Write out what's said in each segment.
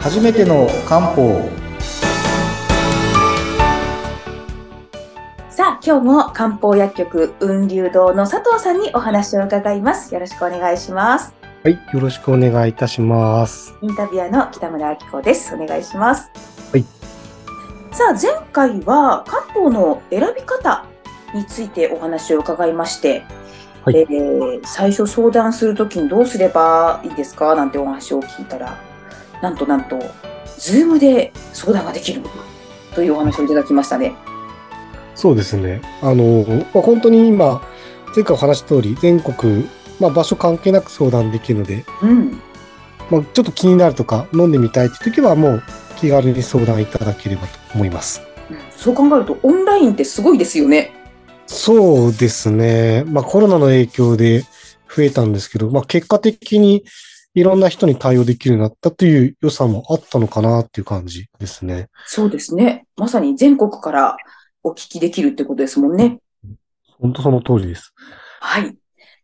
初めての漢方さあ、今日も漢方薬局雲流堂の佐藤さんにお話を伺います。よろしくお願いします。はい、よろしくお願いいたします。インタビュアーの北村明子です。お願いします。はい。さあ、前回は漢方の選び方についてお話を伺いまして、はいえー最初相談するときにどうすればいいですかなんてお話を聞いたら、なんとなんと、ズームで相談ができるというお話をいただきましたね。そうですね。あの、まあ、本当に今、前回お話した通り、全国、まあ、場所関係なく相談できるので、うん。まあ、ちょっと気になるとか、飲んでみたいって時は、もう気軽に相談いただければと思います。そう考えると、オンラインってすごいですよね。そうですね。まあ、コロナの影響で増えたんですけど、まあ、結果的にいろんな人に対応できるようになったという良さもあったのかなっていう感じですね。そうですね。まさに全国からお聞きできるってことですもんね。本当その通りです。はい。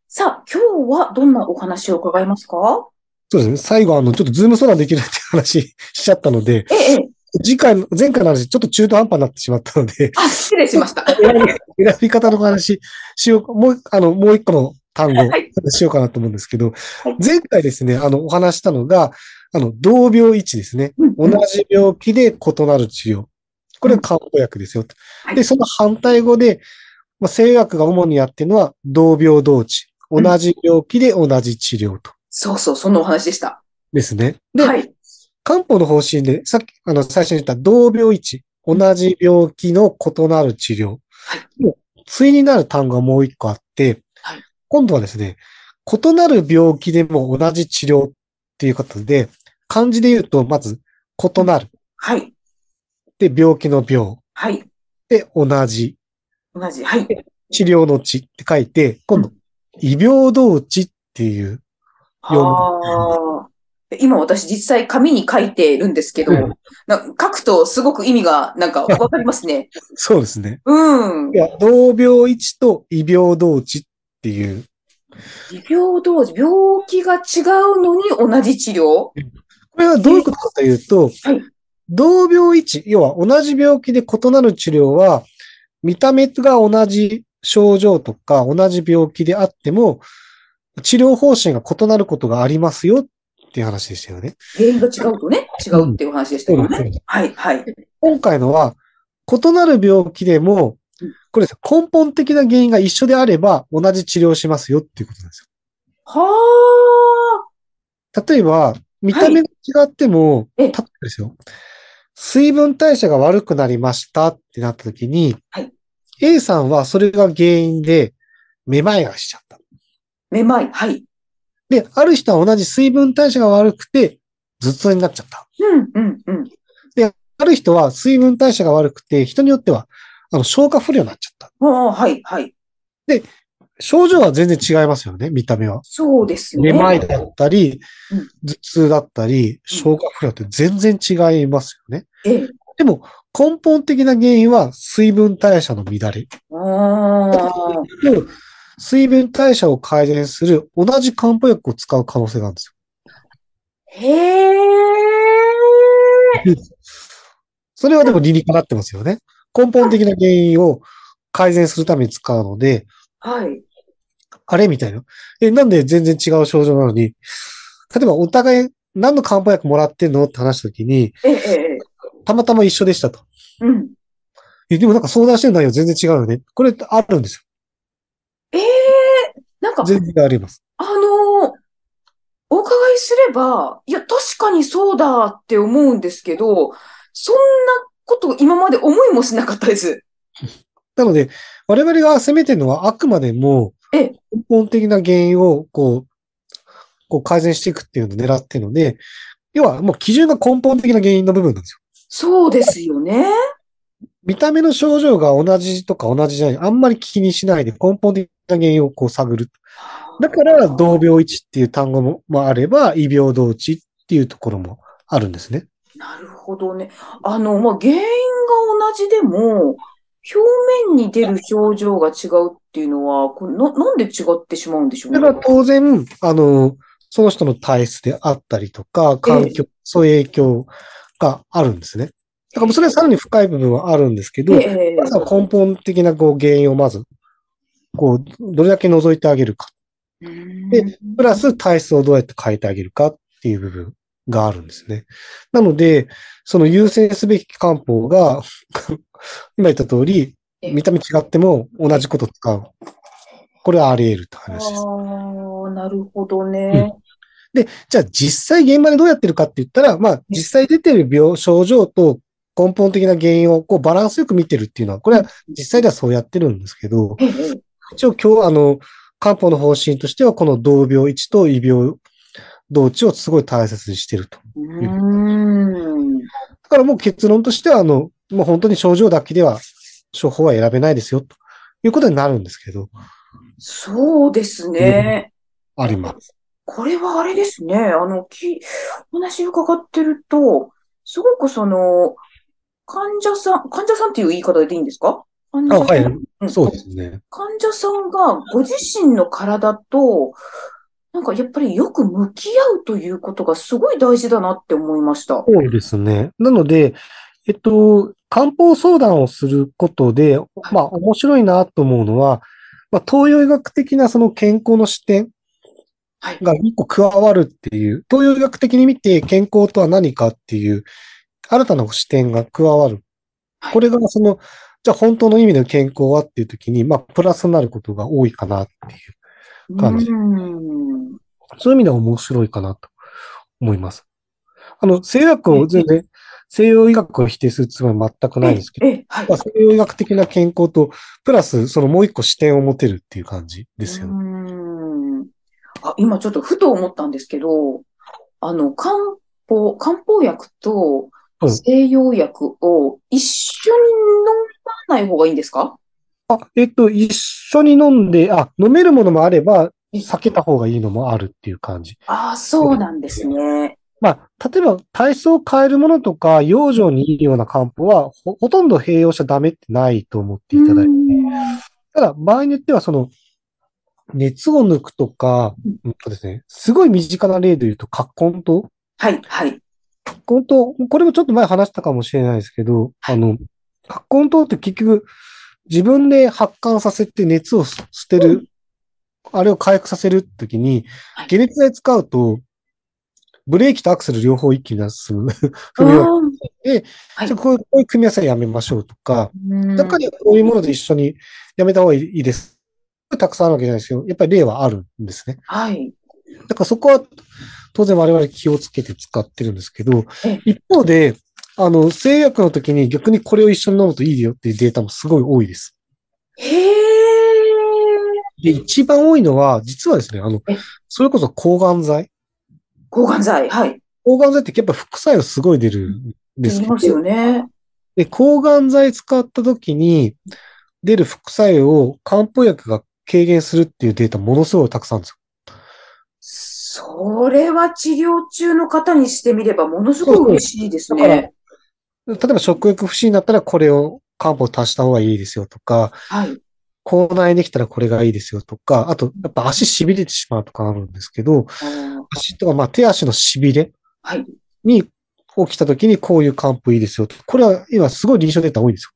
さあ、今日はどんなお話を伺いますかそうですね。最後、あの、ちょっとズーム相談できないって話しちゃったので、ええ。、次回の、前回の話、ちょっと中途半端になってしまったので あ、失礼しました。選び方の話しようか、もう、あの、もう一個の単語はい、しようかなと思うんですけどはい、前回ですね、あの、お話したのが、あの、同病位置ですね。うん同じ病気で異なる治療。これが漢方薬ですよは。いで、その反対語で、まあ、西洋医学が主にやってるのは、同病同治。うん同じ病気で同じ治療と。そうそう、そのお話でした。ですね。で、はい。漢方の方針で、さっき、あの、最初に言った同病位置。同じ病気の異なる治療。もう、対になる単語がもう一個あって、はい今度はですね、異なる病気でも同じ治療っていうことで、漢字で言うと、まず、異なる。はい。で、病気の病。はい。で、同じ。同じ。はい。治療の治って書いて、今度、異病同治っていう、読むあー今私実際紙に書いているんですけど、うんな書くとすごく意味がなんかわかりますね。そうですね。うんい。や、同病一致と異病同治っていう、持病同士、病気が違うのに同じ治療これはどういうことかというと、はい同病一致、要は同じ病気で異なる治療は、見た目が同じ症状とか同じ病気であっても、治療方針が異なることがありますよっていう話でしたよね。原因が違うとね、違うっていうお話でしたよね。はい、はい。今回のは、異なる病気でもうん、これです根本的な原因が一緒であれば同じ治療をしますよっていうことなんですはよ。例えば、見た目が違っても、ええ例えばですよ。水分代謝が悪くなりましたってなった時に、はい A さんはそれが原因で、めまいがしちゃった。ー、めまい、はい。で、ある人は同じ水分代謝が悪くて、頭痛になっちゃった。うん、うん、うん。ある人は水分代謝が悪くて、人によっては、あの、消化不良になっちゃった。あーはい、はい。症状は全然違いますよね、見た目は。そうですね。めまいだったりうん、頭痛だったり、消化不良って全然違いますよね。ええ。でも、根本的な原因は水分代謝の乱れ。あー水分代謝を改善する同じ漢方薬を使う可能性があるんですよ。へえ。それはでも理にかなってますよね。根本的な原因を改善するために使うので、はい。あれみたいな。え、なんで全然違う症状なのに、例えばお互い何の漢方薬もらってんのって話した時に、ええ、ええ。たまたま一緒でしたと。うん。え、でもなんか相談してる内容全然違うよね。これあるんですええなんかよ。、全然あります。あのーお伺いすれば、いや、確かにそうだって思うんですけど、そんなこと今まで思いもしなかったです。なので、我々が責めてるのはあくまでも、え根え本的な原因をこう、こう改善していくっていうのを狙ってるので、要はもう基準が根本的な原因の部分なんですよ。そうですよね。見た目の症状が同じとか同じじゃない、あんまり気にしないで根本的な原因をこう探る。だから、同病一致っていう単語ももあれば、異病同一っていうところもあるんですね。なるほどね。あの、まあ、原因が同じでも、表面に出る症状が違うっていうのは、これな、なんで違ってしまうんでしょうそれね。は当然、あの、その人の体質であったりとか、環境、そういう影響があるんですね。だからもうそれはさらに深い部分はあるんですけど、ええまずは根本的なこう原因をまず、こう、どれだけ除いてあげるか。でプラス体質をどうやって変えてあげるかっていう部分があるんですね。なので、その優先すべき漢方が、 今言った通り、ええ見た目違っても同じこと使う。これはあり得るってあ話です。あ、なるほどね。じゃあ実際現場でどうやってるかって言ったら、まあ実際出てる病症状と根本的な原因をこうバランスよく見てるっていうのは、これは実際ではそうやってるんですけど、ええ一応今日あの、漢方の方針としてはこの同病一と異病同治をすごい大切にしてると。うーん。だからもう結論としてはあの、もう本当に症状だけでは処方は選べないですよということになるんですけど、そうですね。あります。これはあれですね。あの、き、お話伺ってると、すごくその、患者さん、患者さんっていう言い方でいいんですか患あ、者はさんい。うんそうですね。患者さんがご自身の体と、なんかやっぱりよく向き合うということがすごい大事だなって思いました。そうですね。なので、えっと、漢方相談をすることで、まあ面白いなと思うのは、まあ東洋医学的なその健康の視点はい。が一個加わるっていう、東洋医学的に見て健康とは何かっていう、新たな視点が加わるは。いこれがその、じゃあ本当の意味の健康はっていう時に、まあプラスになることが多いかなっていう。感じうーん。そういう意味では面白いかなと思います。あの、西洋医学を全然、西洋医学を否定するつもりは全くないですけど、ええ、はいまあ。西洋医学的な健康と、プラスそのもう一個視点を持てるっていう感じですようね。ーんあ今ちょっとふと思ったんですけど、あの、漢方、漢方薬とうん西洋薬を一緒に飲まない方がいいんですかあ、えっと、一緒に飲んで、あ、飲めるものもあれば、避けた方がいいのもあるっていう感じ。ああ、そうなんですね。まあ、例えば、体操を変えるものとか、養生にいいような漢方は、ほほとんど併用しちゃダメってないと思っていただいて、ただ、場合によっては、その、熱を抜くとかうん、うんとですね、すごい身近な例で言うと、葛根と、はい、はい。葛根と、これもちょっと前話したかもしれないですけど、あの、葛根糖って結局、自分で発汗させて熱をす捨てる、あれを回復させるときにはい、解熱剤使うと、ブレーキとアクセル両方一気に出す。あ踏み分ーけて、こういうこういう組み合わせはやめましょうとか、うん中にはこういうもので一緒にやめた方がいいです。たくさんあるわけじゃないですけど、やっぱり例はあるんですね。はい。だからそこは当然我々気をつけて使ってるんですけどええ、一方で、あの、製薬の時に逆にこれを一緒に飲むといいよっていうデータもすごい多いです。へえ。で、一番多いのは、実はですね、あのえ、それこそ抗がん剤。抗がん剤、はい。抗がん剤ってやっぱ副作用すごい出るんです言けいますどよ、ね。で、抗がん剤使った時に出る副作用を漢方薬が軽減するっていうデータものすごいたくさんあるんですよそれは治療中の方にしてみればものすごい嬉しいですそうそうだね。例えば食欲不振になったらこれを漢方足した方がいいですよとか、はい。口内できたらこれがいいですよとか、あと、やっぱ足痺れてしまうとかあるんですけど、あー足とか、まあ手足の痺れはい。に起きた時にこういう漢方いいですよと。これは今すごい臨床データ多いんです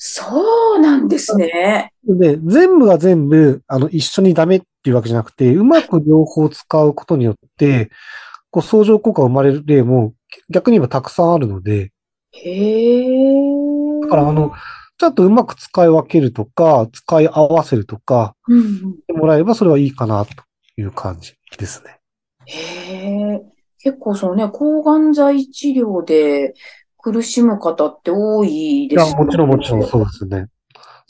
そうなんですね。よ。で、全部が全部、あの、一緒にダメっていうわけじゃなくて、うまく両方使うことによって、こう、相乗効果が生まれる例も逆に今たくさんあるので、へえ。だからあの、ちゃんとうまく使い分けるとか、使い合わせるとか、うんうん、ってもらえればそれはいいかなという感じですね。へえ。結構そのね、抗がん剤治療で苦しむ方って多いいでや、すもちろんもちろんそうですね。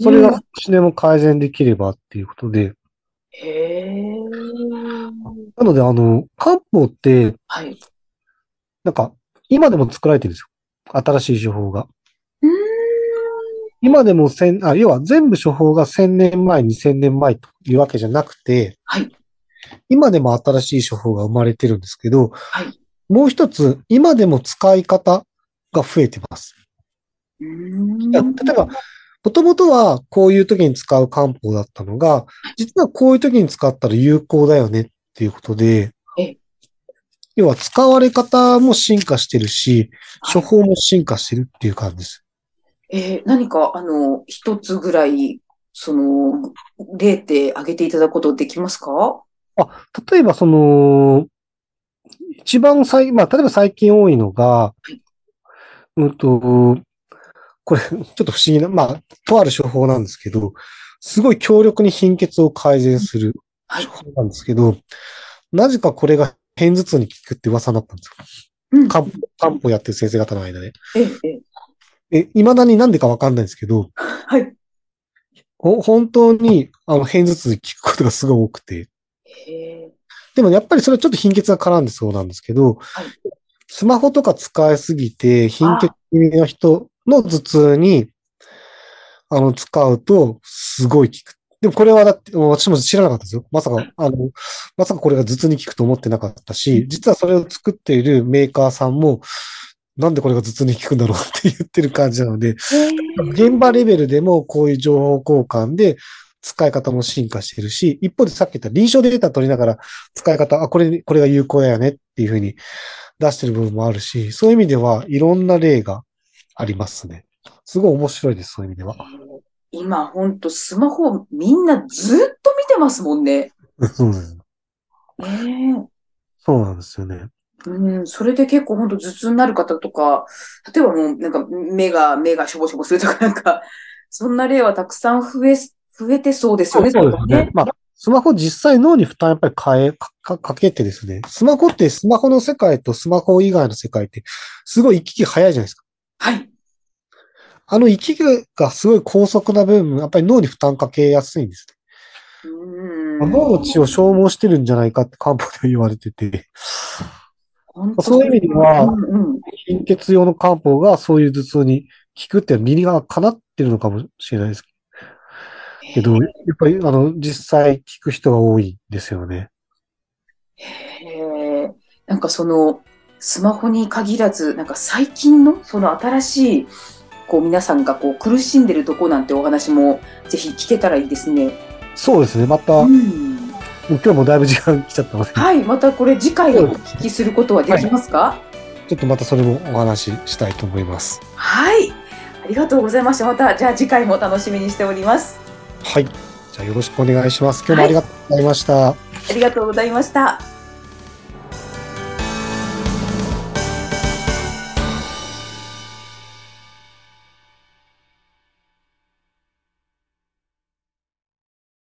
それが少しでも改善できればっていうことで。へえ。なので、あの、漢方って、はい。なんか、今でも作られてるんですよ。新しい処方が。うーん。今でも千、あ、要は全部処方が1000年前、2000年前というわけじゃなくて、はい今でも新しい処方が生まれてるんですけど、いもう一つ、今でも使い方が増えてます。うーんいや例えば、もともとはこういう時に使う漢方だったのが、実はこういう時に使ったら有効だよねっていうことで、ええ要は使われ方も進化してるし、は処い方も進化してるっていう感じです。えー何か、あの、一つぐらい、その、例って挙げていただくことできますかあ、例えばその、一番最、まあ、例えば最近多いのが、うんと、これ、ちょっと不思議な、まあ、とある処方なんですけど、すごい強力に貧血を改善するはい処方なんですけど、なぜかこれが偏頭痛に効くって噂になったんですよ。うん。漢方、漢方やってる先生方の間で。えーえーえ、未だになんでかわかんないんですけど、はい。ほ本当に、あの、偏頭痛に効くことがすごい多くて、へでもやっぱりそれはちょっと貧血が絡んでそうなんですけど、いスマホとか使いすぎて、貧血気味の人の頭痛に、あの、使うと、すごい効く。でもこれはだって、もう私も知らなかったですよ。まさか、あの、まさかこれが頭痛に効くと思ってなかったし、実はそれを作っているメーカーさんも、なんでこれが頭痛に効くんだろうって言ってる感じなので、え。現場レベルでもこういう情報交換で使い方も進化してるし、一方でさっき言った臨床データ取りながら使い方、あ、これ、これが有効だよねっていうふうに出してる部分もあるし、そういう意味ではいろんな例がありますね。すごい面白いです、そういう意味では。今、ほんと、スマホみんなずっと見てますもんね。そうなんですねえ。そうなんですよね。うん、それで結構本当頭痛になる方とか、例えばもうなんか目が、目がしょぼしょぼするとかなんか、そんな例はたくさん増え、増えてそうですよね。そうですね。まあ、スマホ実際脳に負担やっぱりかえ、かかかけてですね、スマホってスマホの世界とスマホ以外の世界ってすごい行き来早いじゃないですかはい。あの息がすごい高速な分、やっぱり脳に負担かけやすいんですね。うん。脳の血を消耗してるんじゃないかって漢方では言われてて、本当そういう意味ではうんうん、貧血用の漢方がそういう頭痛に効くっていうのは理にがかなってるのかもしれないですけど、やっぱりあの、実際効く人が多いんですよね。へーなんかそのスマホに限らずなんか最近のその新しいこう皆さんがこう苦しんでるとこなんてお話もぜひ聞けたらいいですね。そうですね。また、う、もうん今日もだいぶ時間来ちゃったので、はいまたこれ次回お聞きすることはできますかちょっとまたそれもお話ししたいと思います。はい、ありがとうございましたまたじゃあ次回も楽しみにしておりますはい。じゃあよろしくお願いします。今日もありがとうございました。ありがとうございました